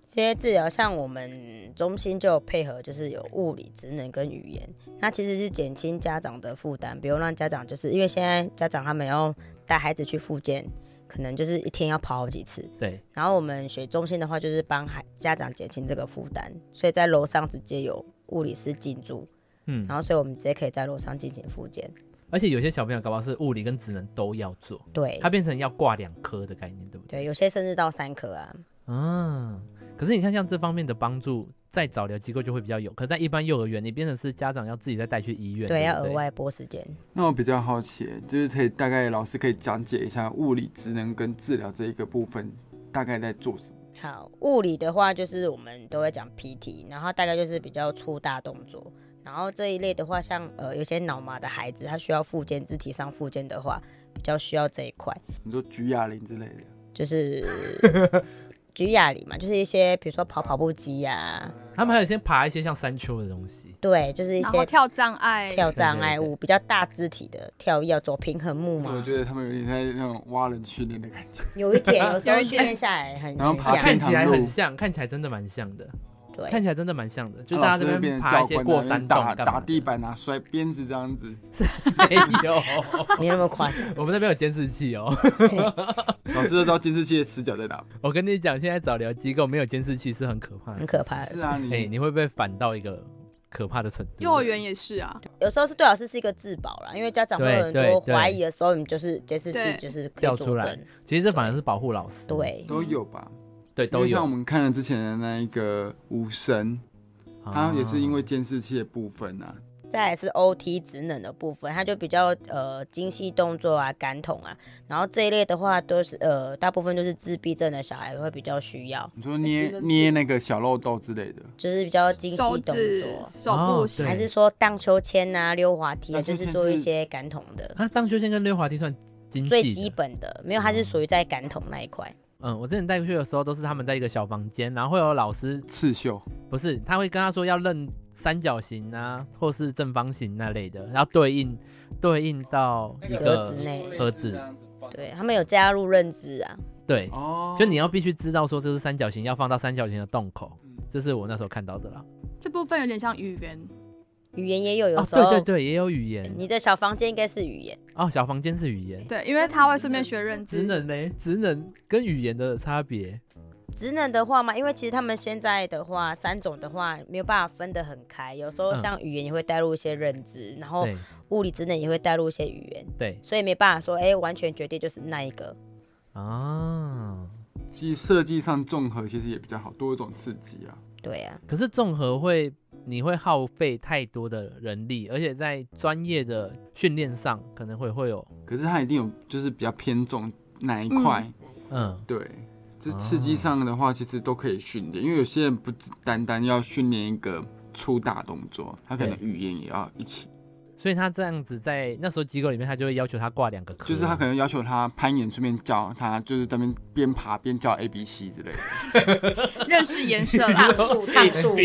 Speaker 2: 这些治疗像我们中心就有配合，就是有物理、职能跟语言，那其实是减轻家长的负担，不用让家长就是因为现在家长他们要带孩子去复健，可能就是一天要跑好几次，
Speaker 4: 对，
Speaker 2: 然后我们学中心的话，就是帮孩家长减轻这个负担，所以在楼上直接有物理师进驻，
Speaker 4: 嗯
Speaker 2: 然，后所以我们直接可以在楼上进行复健。
Speaker 4: 而且有些小朋友搞不好是物理跟职能都要做，
Speaker 2: 对
Speaker 4: 它，变成要挂两科的概念，对不对？
Speaker 2: 对，有些甚至到三科啊。
Speaker 4: 啊，可是你看，像这方面的帮助，在早疗机构就会比较有，可在一般幼儿园，你变成是家长要自己再带去医院，
Speaker 2: 对，
Speaker 4: 不
Speaker 2: 要额外拨时间。
Speaker 3: 那我比较好奇，就是可以大概老师可以讲解一下物理职能跟治疗这一个部分大概在做什么。
Speaker 2: 好，物理的话就是我们都会讲 PT，然后大概就是比较粗大动作。然后这一类的话，像呃有些脑麻的孩子，他需要复健，肢体上复健的话，比较需要这一块。
Speaker 3: 你说举哑铃之类的，
Speaker 2: 就是 举哑铃嘛，就是一些比如说跑跑步机呀、
Speaker 4: 他们还有些爬一些像山丘的东西，
Speaker 2: 对，就是一
Speaker 1: 然后
Speaker 2: 些
Speaker 1: 跳障碍，
Speaker 2: 跳障碍
Speaker 4: 对
Speaker 2: 物，比较大肢体的跳要走平衡木
Speaker 3: 我
Speaker 2: 嘛，
Speaker 3: 觉得他们有点在那种蛙人训练的感觉。
Speaker 2: 有一点，有时候
Speaker 1: 有一
Speaker 2: 训
Speaker 1: 点
Speaker 2: 练下来很
Speaker 3: 然后
Speaker 2: 很
Speaker 3: 爬
Speaker 2: 像
Speaker 4: 看
Speaker 3: 片，
Speaker 4: 起来很
Speaker 3: 路
Speaker 4: 像，看起来真的蛮像的，看
Speaker 2: 对，
Speaker 4: 起来真的蛮像的，就
Speaker 3: 那
Speaker 4: 大
Speaker 3: 老
Speaker 4: 家
Speaker 3: 师
Speaker 4: 这
Speaker 3: 会
Speaker 4: 边
Speaker 3: 变成
Speaker 4: 爬
Speaker 3: 教
Speaker 4: 一些
Speaker 3: 官
Speaker 4: 过
Speaker 3: 在那边
Speaker 4: 山洞
Speaker 3: 打
Speaker 4: 干嘛
Speaker 3: 打
Speaker 4: 的
Speaker 3: 地，板啊，甩鞭子这样子。
Speaker 4: 没有，
Speaker 2: 没那么夸张。
Speaker 4: 我们那边有监视器哦。
Speaker 3: 老师都知道监视器的死角在哪。
Speaker 4: 我跟你讲，现在早疗机构没有监视器是很可怕的，
Speaker 2: 很可怕
Speaker 3: 是啊，
Speaker 4: 哎、
Speaker 3: 你
Speaker 4: 你会被反到一个可怕的程度。
Speaker 1: 幼儿园也是啊，
Speaker 2: 有时候是对老师是一个自保啦，因为家长会有很
Speaker 4: 对
Speaker 2: 多
Speaker 4: 对
Speaker 2: 怀疑的时候，你就是监视器
Speaker 1: 对
Speaker 2: 就是可
Speaker 4: 掉
Speaker 2: 以
Speaker 4: 出
Speaker 2: 作
Speaker 4: 来
Speaker 2: 证，，
Speaker 4: 其实这反而是保护老师。
Speaker 2: 对，
Speaker 3: 都有吧？
Speaker 4: 对，
Speaker 3: 因
Speaker 4: 都
Speaker 3: 为像我
Speaker 4: 有。
Speaker 3: 们看了之前的那一个无声，
Speaker 4: 啊
Speaker 3: 它也是因为监视器的部分啊，
Speaker 2: 再来是 OT 职能的部分，它就比较呃精细动作啊、感统啊，然后这一类的话都是呃大部分都是自闭症的小孩会比较需要，
Speaker 3: 你说捏捏那个小漏豆之类的，
Speaker 2: 就是比较精细
Speaker 1: 手
Speaker 2: 动
Speaker 1: 指
Speaker 2: 作。、
Speaker 1: 手
Speaker 4: 哦
Speaker 1: 部
Speaker 4: 对
Speaker 2: 还
Speaker 1: 型，
Speaker 2: 是说荡秋千啊、溜滑梯啊，
Speaker 3: 荡秋
Speaker 2: 就
Speaker 3: 千
Speaker 2: 是做一
Speaker 3: 是
Speaker 2: 些感统的，
Speaker 4: 啊，荡秋千跟溜滑梯算精
Speaker 2: 最
Speaker 4: 细
Speaker 2: 基
Speaker 4: 的。
Speaker 2: 本的，没有，它是属于在感统那一块。
Speaker 4: 嗯，我之前带过去的时候，都是他们在一个小房间，然后会有老师，
Speaker 3: 刺绣，
Speaker 4: 不是他会跟他说要认三角形啊，或是正方形那类的，然后对应对应到一
Speaker 2: 格
Speaker 4: 个
Speaker 2: 子内
Speaker 4: 盒子
Speaker 2: 对他们有加入认知啊，
Speaker 4: 对，
Speaker 3: 哦，
Speaker 4: 就你要必须知道说这是三角形，要放到三角形的洞口，
Speaker 3: 嗯
Speaker 4: 这是我那时候看到的啦。
Speaker 1: 这部分有点像语言，
Speaker 2: 语言也有，有
Speaker 4: 哦，
Speaker 2: 时候、
Speaker 4: 对对对，也有语言
Speaker 2: 你的小房间应该是语言，
Speaker 4: 哦，小房间是语言，
Speaker 1: 对，因为他会顺便学认
Speaker 4: 职
Speaker 1: 知，
Speaker 4: 能嘞，职能跟语言的差别。
Speaker 2: 职能的话嘛，因为其实他们现在的话，三种的话没有办法分得很开，有时候
Speaker 4: 嗯
Speaker 2: 像语言也会带入一些认知，然后
Speaker 4: 对
Speaker 2: 物理职能也会带入一些语言，
Speaker 4: 对
Speaker 2: 所以没办法说，哎、完全决定就是那一个。
Speaker 4: 啊。
Speaker 3: 其实设计上综合其实也比较好，多一种刺激啊。
Speaker 2: 对啊，
Speaker 4: 可是综合会，你会耗费太多的人力，而且在专业的训练上可能会会有，
Speaker 3: 可是它一定有就是比较偏重哪一块，
Speaker 4: 嗯，
Speaker 3: 对。这刺激上的话，其实都可以训练，因为有些人不只单单要训练一个粗大动作，他可能语言也要一起，
Speaker 4: 所以他这样子在那时候机构里面，他就会要求他挂两个科，
Speaker 3: 就是他可能要求他攀岩，顺便教他就是在那边边爬边教 A B C 之类的。
Speaker 1: 认识颜色啦，
Speaker 2: 唱数唱数，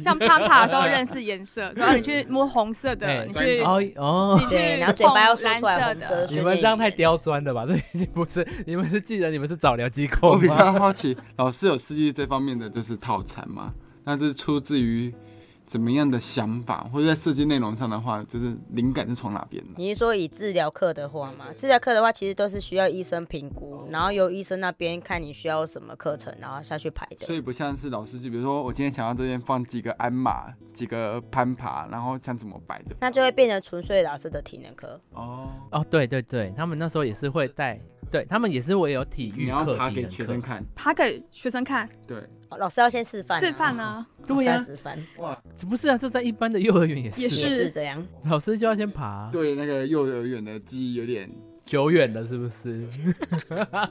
Speaker 1: 像 攀爬的时候认识颜色，然后你去摸红色
Speaker 4: 哎
Speaker 1: 的，你去
Speaker 4: 哦 哦，
Speaker 1: 你
Speaker 2: 对，
Speaker 1: 去
Speaker 2: 然后嘴巴要
Speaker 1: 碰
Speaker 2: 说
Speaker 1: 蓝
Speaker 2: 出来
Speaker 1: 色
Speaker 2: 红
Speaker 1: 的，
Speaker 2: 色
Speaker 4: 你们这样太刁钻了吧？这已经不是你们是记得你们是早疗机构
Speaker 3: 我比
Speaker 4: 吗？
Speaker 3: 较好奇，老师有设计这方面的就是套餐吗？那是出自于怎么样的想法，或者在设计内容上的话，就是灵感是从哪边来？
Speaker 2: 你是说以治疗课的话嘛？治疗课的话，其实都是需要医生评估，然后由医生那边看你需要什么课程，然后下去排
Speaker 3: 所
Speaker 2: 的。
Speaker 3: 以不像是老师，就比如说我今天想要这边放几个鞍马、几个攀爬，然后想怎么摆的。
Speaker 2: 那就会变成纯粹老师的体能课，
Speaker 3: 哦，
Speaker 4: 哦，对对对，他们那时候也是会带对他们也是会有体
Speaker 3: 你
Speaker 4: 育
Speaker 3: 要
Speaker 4: 课、
Speaker 3: 爬
Speaker 4: 体
Speaker 3: 给
Speaker 4: 能
Speaker 3: 学
Speaker 4: 课
Speaker 3: 生看，
Speaker 1: 爬给学生看，
Speaker 3: 对，
Speaker 2: 哦老师要先示范啊、
Speaker 1: 示范啊，
Speaker 4: 对呀、
Speaker 3: 哦
Speaker 2: 老师要示范
Speaker 4: 不是啊，这在一般的幼儿园也是，
Speaker 1: 也
Speaker 2: 也是这样。
Speaker 4: 老师就要先爬，
Speaker 3: 对那个幼儿园的记忆有点
Speaker 4: 久远了是不是？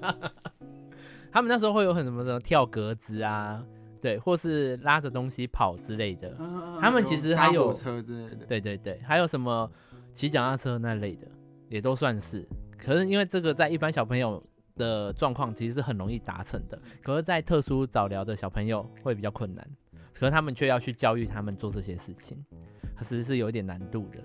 Speaker 4: 他们那时候会有很什么什么跳格子啊，对，或是拉着东西跑之类的，啊他们其实还
Speaker 3: 搭
Speaker 4: 有
Speaker 3: 火车之类的，
Speaker 4: 对对对，还有什么骑脚踏车那类的，也都算是。可是因为这个在一般小朋友的状况其实是很容易达成的，可是，在特殊早疗的小朋友会比较困难。可是他们却要去教育他们做这些事情，其实是有一点难度的。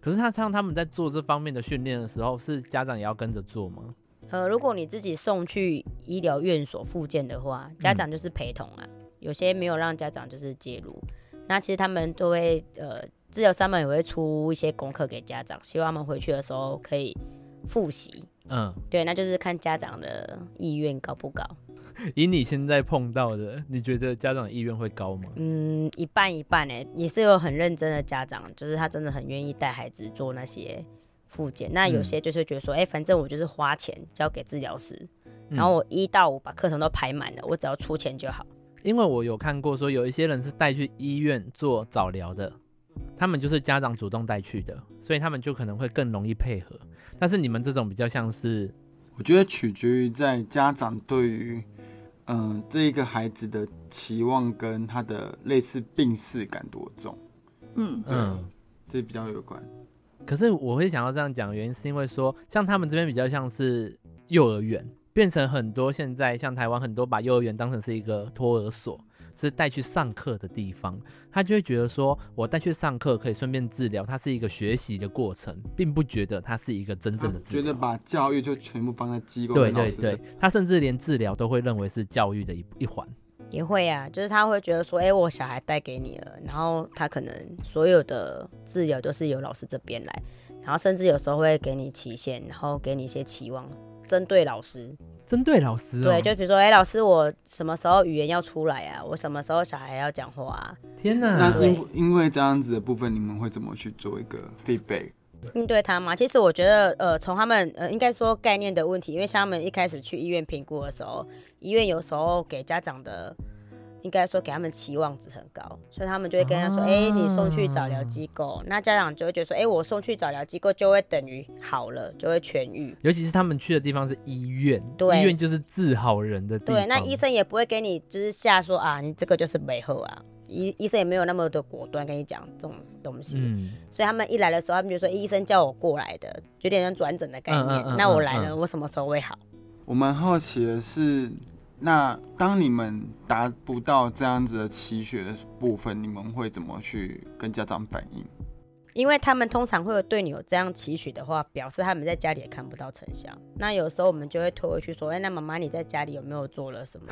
Speaker 4: 可是他像他们在做这方面的训练的时候，是家长也要跟着做吗？
Speaker 2: 呃，如果你自己送去医疗院所复健的话，
Speaker 1: 嗯
Speaker 2: 家长就是陪同啊。有些没有让家长就是介入，那其实他们都会呃，治疗三们也会出一些功课给家长，希望他们回去的时候可以复习。
Speaker 4: 嗯，
Speaker 2: 对，那就是看家长的意愿高不高。
Speaker 4: 以你现在碰到的，你觉得家长意愿会高吗？
Speaker 2: 嗯，一半一半诶、也是有很认真的家长，就是他真的很愿意带孩子做那些复健。那有些就是觉得说，哎、反正我就是花钱交给治疗师，
Speaker 4: 嗯
Speaker 2: 然后我一到五把课程都排满了，我只要出钱就好。
Speaker 4: 因为我有看过说有一些人是带去医院做早疗的，他们就是家长主动带去的，所以他们就可能会更容易配合。但是你们这种比较像是，
Speaker 3: 我觉得取决于在家长对于嗯这一个孩子的期望跟他的类似病逝感多重，
Speaker 1: 嗯，
Speaker 4: 嗯，
Speaker 3: 这比较有关。
Speaker 4: 可是我会想要这样讲，原因是因为说像他们这边比较像是幼儿园，变成很多现在像台湾很多把幼儿园当成是一个托儿所，是带去上课的地方，他就会觉得说我带去上课可以顺便治疗，它是一个学习的过程，并不觉得它是一个真正的治
Speaker 3: 觉
Speaker 4: 疗。
Speaker 3: 得把教育就全部放在机构
Speaker 4: 对
Speaker 3: 跟老
Speaker 4: 对
Speaker 3: 师身
Speaker 4: 对，他甚至连治疗都会认为是教育的一一环。
Speaker 2: 也会啊，就是他会觉得说，哎、我小孩带给你了，然后他可能所有的治疗都是由老师这边来，然后甚至有时候会给你期限，然后给你一些期望，针对老师，
Speaker 4: 针对老师、哦，
Speaker 2: 对，就比如说，哎、老师，我什么时候语言要出来啊？我什么时候小孩要讲话啊？
Speaker 4: 天哪
Speaker 3: 那，因因为这样子的部分，你们会怎么去做一个 feedback？
Speaker 2: 应对他嘛？其实我觉得，呃，从他们呃，应该说概念的问题，因为像他们一开始去医院评估的时候，医院有时候给家长的，应该说给他们期望值很高，所以他们就会跟他说，
Speaker 4: 啊
Speaker 2: 哎、你送去早疗机构，那家长就会觉得说，哎、我送去早疗机构就会等于好了，就会痊愈。
Speaker 4: 尤其是他们去的地方是医院，
Speaker 2: 对
Speaker 4: 医院就是治好人的地方。
Speaker 2: 对，那医生也不会给你就是下说啊，你这个就是没后啊，医医生也没有那么的果断跟你讲这种东西。
Speaker 4: 嗯，
Speaker 2: 所以他们一来的时候，他们就说、诶医生叫我过来的，有点像转诊的概念。
Speaker 4: 嗯嗯嗯
Speaker 2: 那我来了，
Speaker 4: 嗯嗯
Speaker 2: 我什么时候会好？
Speaker 3: 我蛮好奇的是，那当你们达不到这样子的期许的部分，你们会怎么去跟家长反映？
Speaker 2: 因为他们通常会有对你有这样期许的话，表示他们在家里也看不到成效。那有时候我们就会推回去说，哎、那妈妈你在家里有没有做了 什么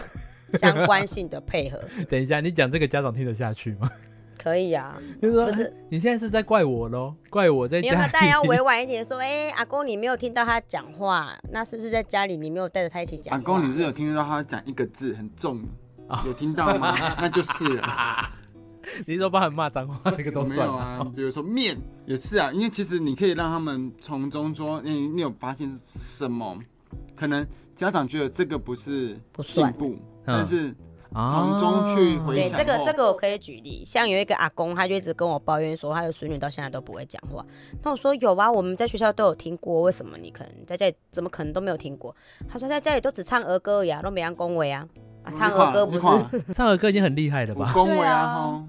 Speaker 2: 相关性的配合？
Speaker 4: 等一下，你讲这个家长听得下去 吗？
Speaker 2: 可以啊，
Speaker 4: 就是说，
Speaker 2: 不是
Speaker 4: 哎你现在是在怪我喽，怪我在
Speaker 2: 没
Speaker 4: 家
Speaker 2: 有，
Speaker 4: 里。
Speaker 2: 那当然要委婉一点说，哎、阿公你没有听到他讲话，那是不是在家里你没有带着他一起讲
Speaker 3: 阿
Speaker 2: 话？
Speaker 3: 公，你是有听到他讲一个字很重的，
Speaker 4: 哦
Speaker 3: 有听到 吗？那就是了。
Speaker 4: 你说包含骂脏话那个都
Speaker 3: 没
Speaker 4: 算
Speaker 3: 有啊，比如说面也是啊，因为其实你可以让他们从中说，哎你你有发现什么？可能家长觉得这个不是
Speaker 2: 不
Speaker 3: 进
Speaker 2: 算
Speaker 3: 步，
Speaker 4: 嗯
Speaker 3: 但是
Speaker 4: 啊
Speaker 3: 从中去回
Speaker 2: 对，
Speaker 3: 想
Speaker 2: 这个
Speaker 3: 后
Speaker 2: 这个我可以举例，像有一个阿公，他就一直跟我抱怨说，他的孙女到现在都不会讲话。那我说有啊，我们在学校都有听过，为什么你可能在家里怎么可能都没有听过？他说在家里都只唱儿歌而已啊，都没人恭维啊，啊
Speaker 4: 哦
Speaker 2: 唱儿歌不是？
Speaker 4: 唱儿歌已经很厉害了
Speaker 3: 我
Speaker 4: 吧？
Speaker 3: 恭维
Speaker 1: 对
Speaker 3: 啊
Speaker 1: 啊
Speaker 3: 吼，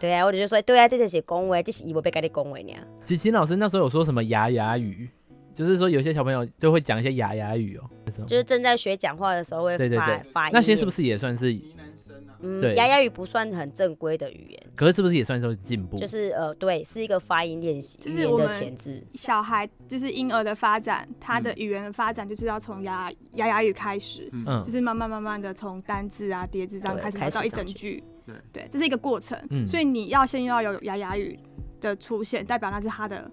Speaker 2: 对啊，我就说对啊，这就是恭维，这是以为被给你恭维呢。啊
Speaker 4: 琪琪老师那时候有说什么牙牙语，就是说有些小朋友就会讲一些牙牙语哦。
Speaker 2: 就是正在学讲话的时候会发
Speaker 4: 对对对
Speaker 2: 发音，
Speaker 4: 那些是不是？也算是？对
Speaker 3: 啊
Speaker 2: 嗯，牙牙语不算很正规的语言，
Speaker 4: 可是是不是也算是进步？
Speaker 2: 就是呃，对，是一个发音练习，
Speaker 1: 就是
Speaker 2: 语言
Speaker 1: 我
Speaker 2: 的
Speaker 1: 们
Speaker 2: 前置。
Speaker 1: 小孩就是婴儿的发展，他的语言的发展就是要从牙牙牙语开始，
Speaker 4: 嗯
Speaker 1: 就是慢慢慢慢的从单字啊、叠字这样
Speaker 2: 对
Speaker 1: 开始
Speaker 2: 开
Speaker 1: 拿
Speaker 2: 始
Speaker 1: 到一
Speaker 2: 上
Speaker 1: 整
Speaker 2: 去
Speaker 1: 句
Speaker 3: 对，
Speaker 1: 对，这是一个过程，
Speaker 4: 嗯
Speaker 1: 所以你要先要有牙牙语的出现，代表那是他的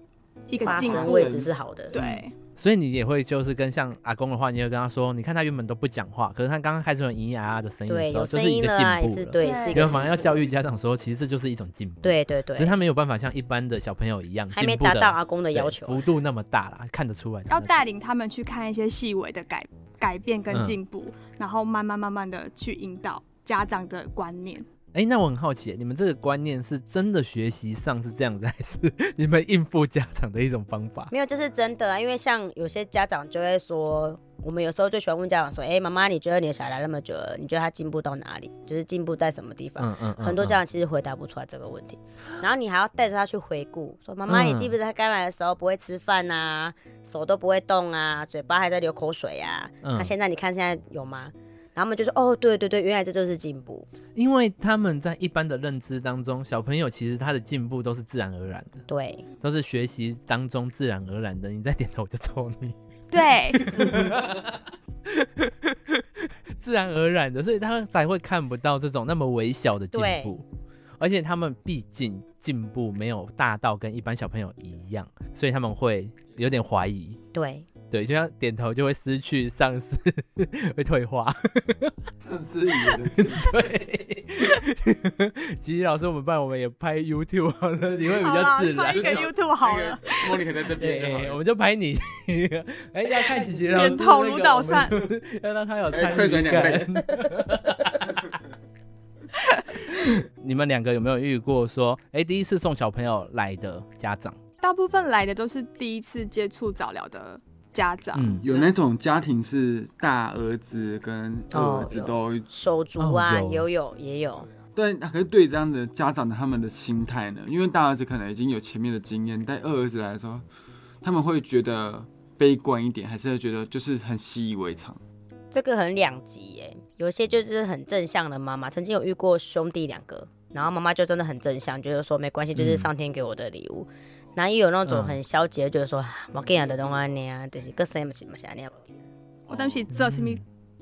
Speaker 1: 一个
Speaker 2: 发
Speaker 1: 进
Speaker 2: 声
Speaker 1: 步
Speaker 2: 位，置是好的，
Speaker 4: 嗯
Speaker 1: 对，
Speaker 4: 所以你也会就是跟像阿公的话，你会跟他说，你看他原本都不讲话，可是他刚刚开哎始有咿咿呀呀的声音的
Speaker 2: 对，
Speaker 4: 时候，
Speaker 2: 有
Speaker 4: 这
Speaker 2: 声
Speaker 4: 是一
Speaker 2: 音
Speaker 4: 个
Speaker 2: 了
Speaker 4: 进
Speaker 2: 啊，也是
Speaker 4: 步了。
Speaker 2: 对，
Speaker 1: 对
Speaker 2: 是一
Speaker 4: 有
Speaker 2: 个
Speaker 4: 反而
Speaker 2: 进
Speaker 4: 要
Speaker 2: 步。
Speaker 4: 教育家长说，其实这就是一种进步。，
Speaker 2: 对对
Speaker 4: 只是
Speaker 2: 对，
Speaker 4: 他没有办法像一般的小朋友一样，
Speaker 2: 还没
Speaker 4: 进步
Speaker 2: 达
Speaker 4: 的
Speaker 2: 到阿公的
Speaker 4: 对
Speaker 2: 要求啊。
Speaker 4: 幅度那么大啦，看得出来。
Speaker 1: 要带领他们去看一些细微的改改变跟进步，
Speaker 4: 嗯
Speaker 1: 然后慢慢慢慢的去引导家长的观 念。
Speaker 4: 哎、那我很好奇，你们这个观念是真的学习上是这样子，还 是你们应付家长的一种方法？
Speaker 2: 没有，这是真的啊，因为像有些家长就会说，我们有时候就喜欢问家长说，哎、妈妈，你觉得你的小孩那么久了，你觉得他进步到哪里？就是进步在什么地方？
Speaker 4: 嗯嗯，嗯
Speaker 2: 很多
Speaker 4: 嗯
Speaker 2: 家长其实回答不出来这个问题，然后你还要带着他去回顾，说妈妈，
Speaker 4: 嗯
Speaker 2: 你记不记得他刚来的时候不会吃饭啊，手都不会动啊，嘴巴还在流口水啊，那、
Speaker 4: 嗯
Speaker 2: 现在你看现在有吗？然后他们就说，哦，对对对，原来这就是进步，
Speaker 4: 因为他们在一般的认知当中，小朋友其实他的进步都是自然而然的，
Speaker 2: 对，
Speaker 4: 都是学习当中自然而然的。你再点头我就抽你，
Speaker 1: 对，
Speaker 4: 自然而然的，所以他们才会看不到这种那么微小的进
Speaker 2: 对
Speaker 4: 步。而且他们毕竟进步没有大到跟一般小朋友一样，所以他们会有点怀疑。
Speaker 2: 对，
Speaker 4: 对，就像点头就会失去丧失， 会退化。
Speaker 3: 但 是也是
Speaker 4: 对，吉吉老师，我们不然我们也拍 YouTube 好了， 你会比
Speaker 1: 好
Speaker 4: 较
Speaker 1: 啦
Speaker 4: 自
Speaker 3: 啊
Speaker 1: 拍一
Speaker 4: 然。
Speaker 1: 个 YouTube 好了，，
Speaker 3: 莫妮可在这边就好
Speaker 4: 对，我
Speaker 3: 了。
Speaker 4: 们就拍你。 哎，要看吉吉老师
Speaker 1: 点头
Speaker 4: 那个
Speaker 1: 如捣
Speaker 4: 我们
Speaker 1: 蒜，
Speaker 4: 要让他有
Speaker 3: 哎
Speaker 4: 参
Speaker 3: 快
Speaker 4: 与
Speaker 3: 转两倍
Speaker 4: 感。你们两个有没有遇过说，哎，第一次送小朋友来的家长？
Speaker 1: 大部分来的都是第一次接触早疗的家长，
Speaker 4: 嗯，
Speaker 3: 有那种家庭是大儿子跟二儿子都，
Speaker 2: 手足啊，
Speaker 4: 哦
Speaker 2: 也有
Speaker 4: 有
Speaker 2: 有也有，
Speaker 3: 但可是对这样的家长的他们的心态呢？因为大儿子可能已经有前面的经验，但二儿子来的时候，他们会觉得悲观一点，还是会觉得就是很习以为常。
Speaker 2: 这个很两极耶，有些就是很正向的妈妈，曾经有遇过兄弟两个，然后妈妈就真的很正向，觉得说没关系，
Speaker 4: 嗯
Speaker 2: 就是上天给我的礼物。然后也有那种很消极的，就是说啊我跟你的东安尼啊，就是个什么什么啥尼啊，
Speaker 1: 我对不起，这是你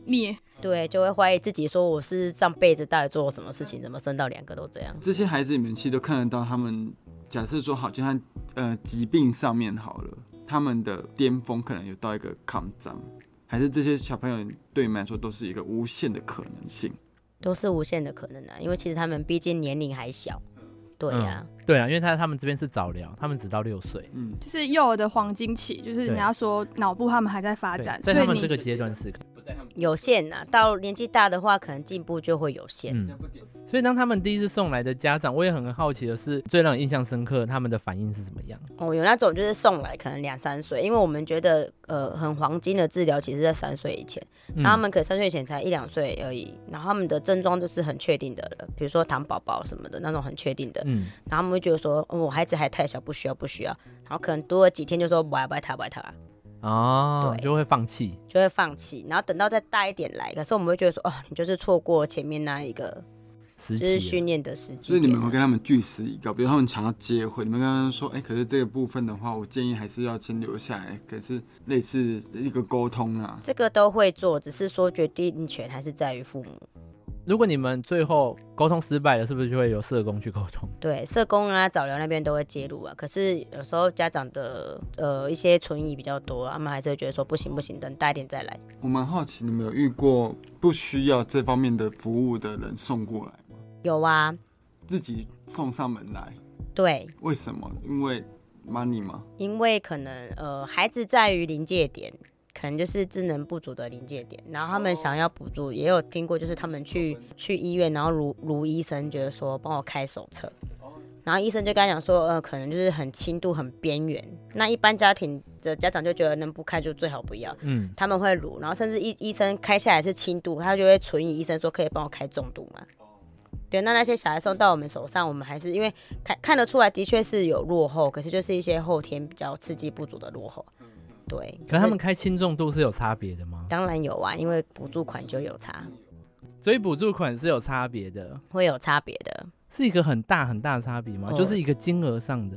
Speaker 1: 你
Speaker 2: 对，就会怀疑自己，说我是上辈子到底做了什么事情，怎么生到两个都这样？
Speaker 3: 这些孩子里面其实都看得到他们，假设说好，就像呃疾病上面好了，他们的巅峰可能有到一个抗张，还是这些小朋友对你们来说都是一个无限的可能性。
Speaker 2: 都是无限的可能啊，因为其实他们毕竟年龄还小，对呀、
Speaker 4: 对啊，因为他他们这边是早疗，他们只到六岁，
Speaker 3: 嗯，
Speaker 1: 就是幼儿的黄金期，就是人家说脑部他们还在发展，所
Speaker 4: 对在他
Speaker 1: 以
Speaker 4: 们这
Speaker 1: 你
Speaker 4: 个阶段是可以。
Speaker 2: 有限呐、到年纪大的话，可能进步就会有限。
Speaker 4: 嗯，所以当他们第一次送来的家长，我也很好奇的是，最让你印象深刻他们的反应是怎么样？
Speaker 2: 哦，有那种就是送来可能两三岁，因为我们觉得呃很黄金的治疗其实在三岁以前，
Speaker 4: 嗯
Speaker 2: 然后他们可能三岁以前才一两岁而已，然后他们的症状就是很确定的了，比如说糖宝宝什么的那种很确定的，
Speaker 4: 嗯，
Speaker 2: 然后他们会觉得说、哦我孩子还太小，不需要不需要，然后可能多了几天就说不爱不爱他不爱他，
Speaker 4: 哦，
Speaker 2: 对
Speaker 4: 就会放弃。
Speaker 2: 就会放弃，然后等到再大一点来，可是我们会觉得说哦你就是错过前面那一个
Speaker 4: 时
Speaker 2: 就是
Speaker 4: 期了
Speaker 2: 训练的时
Speaker 3: 所
Speaker 2: 机
Speaker 3: 以你
Speaker 2: 点
Speaker 3: 们会
Speaker 2: 了，
Speaker 3: 跟他们据实以告，比如他们想要结婚，你们跟他们说，哎、可是这个部分的话，我建议还是要先留下来，可是类似一个沟通啊。
Speaker 2: 这个都会做，只是说决定权还是在于父母。
Speaker 4: 如果你们最后沟通失败了，是不是就会由社工去沟通？
Speaker 2: 对，社工啊、早疗那边都会介入啊。可是有时候家长的呃一些存疑比较多，啊他们还是会觉得说不行不行，等大一点再来。
Speaker 3: 我蛮好奇，你们有遇过不需要这方面的服务的人送过来，
Speaker 2: 有啊，
Speaker 3: 自己送上门来，
Speaker 2: 对，
Speaker 3: 为什么？因为 money 吗？
Speaker 2: 因为可能呃孩子在于临界点，可能就是智能不足的临界点，然后他们想要补助，也有听过就是他们去去医院，然后如如医生觉得说帮我开手册。然后医生就跟他讲说，呃，可能就是很轻度、很边缘。那一般家庭的家长就觉得能不开就最好不要。
Speaker 4: 嗯，
Speaker 2: 他们会乳，然后甚至医医生开下来是轻度，他就会存疑医生说可以帮我开重度嘛。对，那那些小孩送到我们手上，我们还是因为看看得出来，的确是有落后，可是就是一些后天比较刺激不足的落后。对，
Speaker 4: 可是他们开轻重度是有差别的吗？
Speaker 2: 当然有啊，因为补助款就有差，
Speaker 4: 所以补助款是有差别的，
Speaker 2: 会有差别的，
Speaker 4: 是一个很大很大的差别吗？
Speaker 2: 哦
Speaker 4: 就是一个金额上的，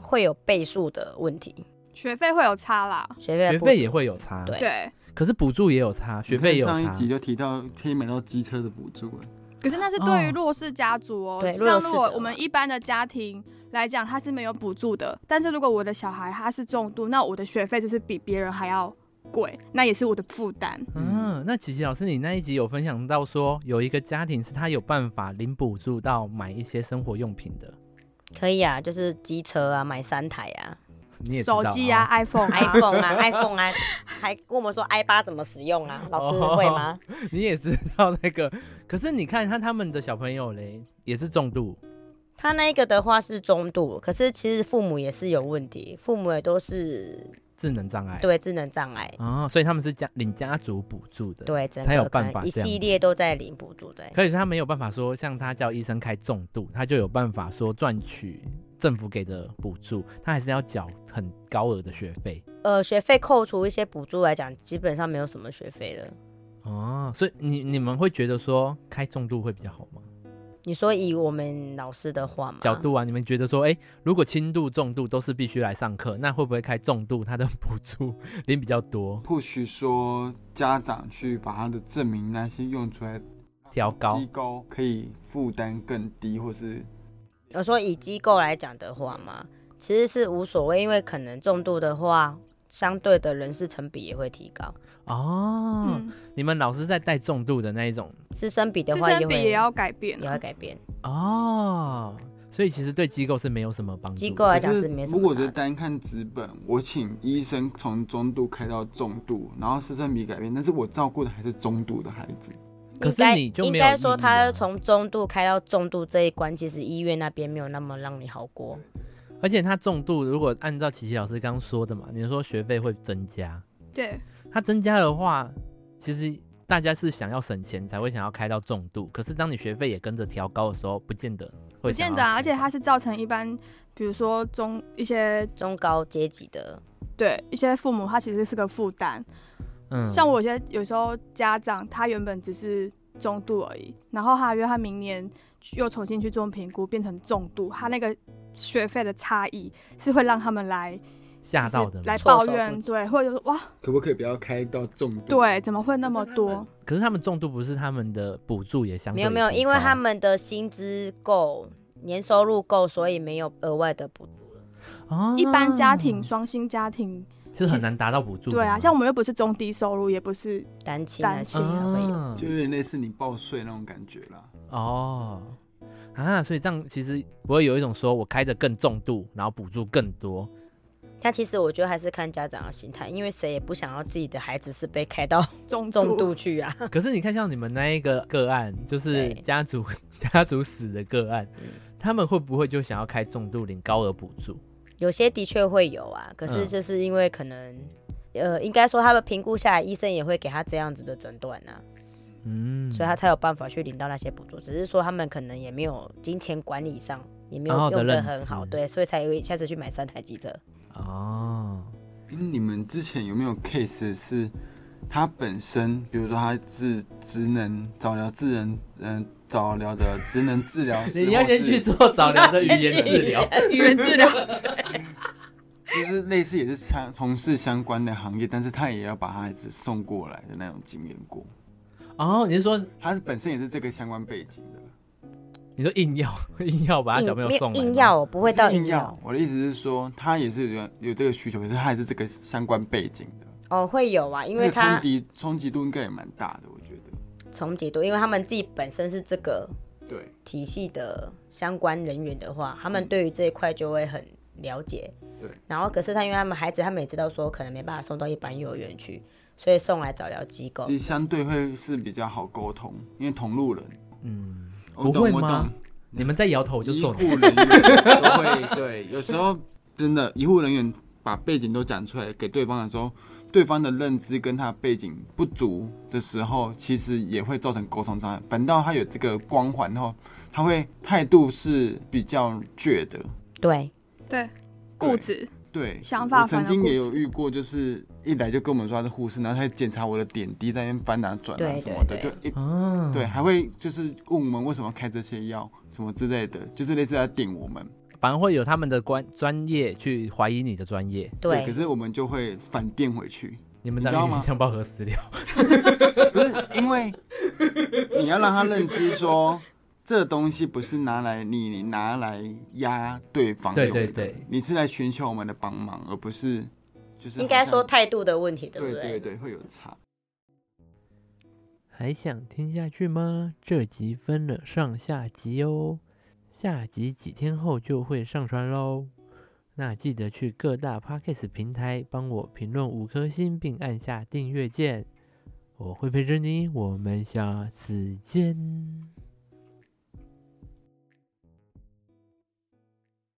Speaker 2: 会有倍数的问题，
Speaker 1: 学费会有差啦。
Speaker 2: 学费
Speaker 4: 学
Speaker 2: 的部
Speaker 4: 费也会有差，
Speaker 2: 啊对
Speaker 1: 对，
Speaker 4: 可是补助也有差，学费也有
Speaker 3: 上一
Speaker 4: 差。
Speaker 3: 集就提到可以买到机车的补助了，
Speaker 1: 可是那是对
Speaker 4: 哦
Speaker 1: 于弱势家族哦，
Speaker 2: 对弱
Speaker 1: 像
Speaker 2: 势
Speaker 1: 如果
Speaker 2: 的
Speaker 1: 我们
Speaker 2: 嘛
Speaker 1: 一般的家庭来讲，它是没有补助的。但是如果我的小孩他是重度，那我的学费就是比别人还要贵，那也是我的负担。
Speaker 4: 嗯，那琪琪老师，你那一集有分享到说，有一个家庭是他有办法零补助到买一些生活用品的，
Speaker 2: 可以啊，就是机车啊，买三台啊
Speaker 4: 你也知道
Speaker 1: 手机啊
Speaker 4: 哦
Speaker 1: ，iPhone 啊，
Speaker 2: ，iPhone 啊，iPhone 啊，还跟我们说 i 八怎么使用啊，老师会吗？
Speaker 4: 你也知道那个。可是你看他他们的小朋友嘞，也是重度，
Speaker 2: 他那个的话是中度，可是其实父母也是有问题，父母也都是
Speaker 4: 智能障碍。
Speaker 2: 对智能障碍，
Speaker 4: 哦，所以他们是家领家族补助的。。
Speaker 2: 对，整
Speaker 4: 才有
Speaker 2: 个可
Speaker 4: 办
Speaker 2: 能
Speaker 4: 法
Speaker 2: 一
Speaker 4: 这样
Speaker 2: 系列都在领补助，对，
Speaker 4: 可以说他没有办法说，像他叫医生开重度，他就有办法说赚取政府给的补助，他还是要缴很高额的学费。
Speaker 2: 呃，学费扣除一些补助来讲，基本上没有什么学费了。
Speaker 4: 哦，所以你你们会觉得说开重度会比较好吗？
Speaker 2: 你说以我们老师的话嘛，
Speaker 4: 角度啊，你们觉得说，哎、如果轻度、重度都是必须来上课，那会不会开重度他的 补助领比较多，
Speaker 3: 或许说家长去把他的证明那些用出来，
Speaker 4: 调高
Speaker 3: 机？构可以负担更低，或是
Speaker 2: 我呃说以机构来讲的话嘛，其实是无所谓，因为可能重度的话，相对的人事成比也会提高，
Speaker 4: 哦，
Speaker 1: 嗯，
Speaker 4: 你们老师在带重度的那一种
Speaker 2: 师生比的
Speaker 1: 自
Speaker 2: 话也
Speaker 1: 身
Speaker 2: 会
Speaker 1: 比也要改变
Speaker 2: 也
Speaker 1: 啊
Speaker 2: 会。改变。
Speaker 4: 哦，所以其实对机构是没有什么帮助的。
Speaker 2: 机构来
Speaker 3: 可
Speaker 2: 啊讲
Speaker 3: 是
Speaker 2: 是没什
Speaker 3: 如果
Speaker 2: 么
Speaker 3: 是
Speaker 2: 差的。
Speaker 3: 单看纸本，我请医生从中度开到重度，然后师生比改变，但是我照顾的还是中度的孩子。
Speaker 4: 可是
Speaker 2: 应该
Speaker 4: 你就
Speaker 2: 应
Speaker 4: 没有
Speaker 2: 该
Speaker 4: 意
Speaker 2: 说，
Speaker 4: 义
Speaker 2: 他
Speaker 4: 啊
Speaker 2: 从中度开到重度这一关，其实医院那边没有那么让你好
Speaker 4: 嗯
Speaker 2: 过。
Speaker 4: 而且他重度，如果按照琪琪老师刚刚说的嘛，你说学费会增加，
Speaker 1: 对，
Speaker 4: 它增加的话，其实大家是想要省钱才会想要开到重度，可是当你学费也跟着调高的时候，不见得
Speaker 1: 不
Speaker 4: 会
Speaker 1: 见
Speaker 4: 想要
Speaker 1: 得啊，而且
Speaker 4: 开
Speaker 1: 它是造成一般，比如说中一些
Speaker 2: 中高阶级的，
Speaker 1: 对一些父母，他其实是个负担。
Speaker 4: 嗯
Speaker 1: 像我有些有时候家长他原本只是中度而已，然后他约他明年又重新去做评估，变成重度，他那个学费的差异是会让他们来
Speaker 4: 吓
Speaker 1: 就是
Speaker 4: 到的嘛
Speaker 1: 来
Speaker 2: 措
Speaker 1: 抱
Speaker 2: 手不
Speaker 1: 怨，
Speaker 2: 及
Speaker 1: 对，或者说哇，
Speaker 3: 可不可以不要开到重度？，
Speaker 1: 对，怎么会那么多？
Speaker 4: 可是他们重度不是他们的补助也相对
Speaker 2: 没有没有，
Speaker 4: 提
Speaker 2: 因为
Speaker 4: 高
Speaker 2: 他们的薪资够，年收入够，所以没有额外的补助。
Speaker 4: 哦
Speaker 1: 一般家庭、双薪家庭，
Speaker 4: 其实很难达到补助的嘛。
Speaker 1: 对啊，像我们又不是中低收入，也不是
Speaker 2: 单亲啊，
Speaker 1: 单
Speaker 2: 亲才会有。
Speaker 4: 啊
Speaker 3: 就有点类似你报税那种感觉啦。
Speaker 4: 哦啊，所以这样其实不会有一种说我开的更重度，然后补助更多。
Speaker 2: 但其实我觉得还是看家长的心态，因为谁也不想要自己的孩子是被开到
Speaker 1: 重
Speaker 2: 重度去啊。
Speaker 4: 可是你看，像你们那一个个案，就是
Speaker 2: 对
Speaker 4: 家族 家族死的个案
Speaker 2: 嗯，
Speaker 4: 他们会不会就想要开重度领高额补助？
Speaker 2: 有些的确会有啊，可
Speaker 4: 嗯
Speaker 2: 是就是因为可能，呃，应该说他们评估下来，医生也会给他这样子的诊断啊，
Speaker 4: 嗯，
Speaker 2: 所以他才有办法去领到那些补助。只是说他们可能也没有金钱管理上也没
Speaker 4: 好
Speaker 2: 有
Speaker 4: 好地
Speaker 2: 用的
Speaker 4: 认
Speaker 2: 很
Speaker 4: 知
Speaker 2: 好，对，所以才会一下子去买三台机车。
Speaker 4: 哦，
Speaker 3: 嗯你们之前有没有 case 是他本身，比如说他是职能早疗智能，嗯、早疗的职能治疗师，
Speaker 4: 你要先
Speaker 3: 或是
Speaker 4: 去做早疗的语言治 疗。
Speaker 1: 语言治疗，
Speaker 2: 嗯
Speaker 3: 就是类似也是相从事相关的行业，但是他也要把他孩子送过来的那种经验过。
Speaker 4: 哦，你是说
Speaker 3: 他是本身也是这个相关背景的，
Speaker 4: 你说硬要 硬要把他小
Speaker 2: 硬
Speaker 4: 朋友
Speaker 2: 没有
Speaker 4: 送来吗
Speaker 2: 硬要，我不会到
Speaker 3: 不是
Speaker 2: 硬
Speaker 3: 硬
Speaker 2: 要
Speaker 3: 要。我的意思是说，他也是有有这个需求，可是他也是这个相关背景的，
Speaker 2: 哦，会有啊，因
Speaker 3: 那
Speaker 2: 为
Speaker 3: 个
Speaker 2: 他
Speaker 3: 冲击冲击度应该也蛮大的，我觉得。
Speaker 2: 重解读，因为他们自己本身是这个
Speaker 3: 对，
Speaker 2: 体系的相关人员的话，他们对于这一块就会很了解。
Speaker 3: 对。
Speaker 2: 然后，可是他因为他们孩子，他们也知道说可能没办法送到一般幼儿园去，所以送来早疗机构
Speaker 3: 其。实相对会是比较好沟通，因为同路人。
Speaker 4: 嗯，
Speaker 3: 我
Speaker 4: 不会
Speaker 3: 懂，我
Speaker 4: 吗
Speaker 3: 懂。
Speaker 4: 你们再摇头我就
Speaker 3: 医
Speaker 4: 揍
Speaker 3: 护
Speaker 4: 你。
Speaker 3: 人员都会对，有时候真的医护人员把背景都讲出来给对方的时候，对方的认知跟他的背景不足的时候，其实也会造成沟通障碍。反倒他有这个光环后，他会态度是比较倔的。
Speaker 2: 对，
Speaker 1: 对，固执，
Speaker 3: 对，
Speaker 1: 想法
Speaker 3: 我曾
Speaker 1: 反而
Speaker 3: 经
Speaker 1: 固
Speaker 3: 也
Speaker 1: 执
Speaker 3: 有遇过，就是一来就跟我们说他是护士，然后他检查我的点滴，在那边翻啊转啊
Speaker 2: 对
Speaker 3: 什么的，
Speaker 2: 对对
Speaker 3: 就一
Speaker 4: 嗯，
Speaker 3: 对，，还会就是问我们为什么开这些药什么之类的，就是类似在点我们。
Speaker 4: 反而会有他们的专专业去怀疑你的专业，
Speaker 2: 对，
Speaker 3: 可是我们就会反电回去，
Speaker 4: 你们
Speaker 3: 你
Speaker 4: 当
Speaker 3: 知道
Speaker 4: 面
Speaker 3: 吗
Speaker 4: 像抱核死掉。
Speaker 3: 不是因为你要让他认知说这东西不是拿来你你拿来压对方
Speaker 4: 对
Speaker 3: 用的
Speaker 4: 对对，
Speaker 3: 你是来寻求我们的帮忙，而不是就是
Speaker 2: 应该
Speaker 3: 好像
Speaker 2: 说态度的问题，对不
Speaker 3: 对
Speaker 2: 对？
Speaker 3: 对对会有差。
Speaker 4: 还想听下去吗？这集分了上下集哦，下集几天后就会上传喽。那记得去各大 podcast 平台帮我评论五颗星，并按下订阅键。我会陪着你，我们下次见。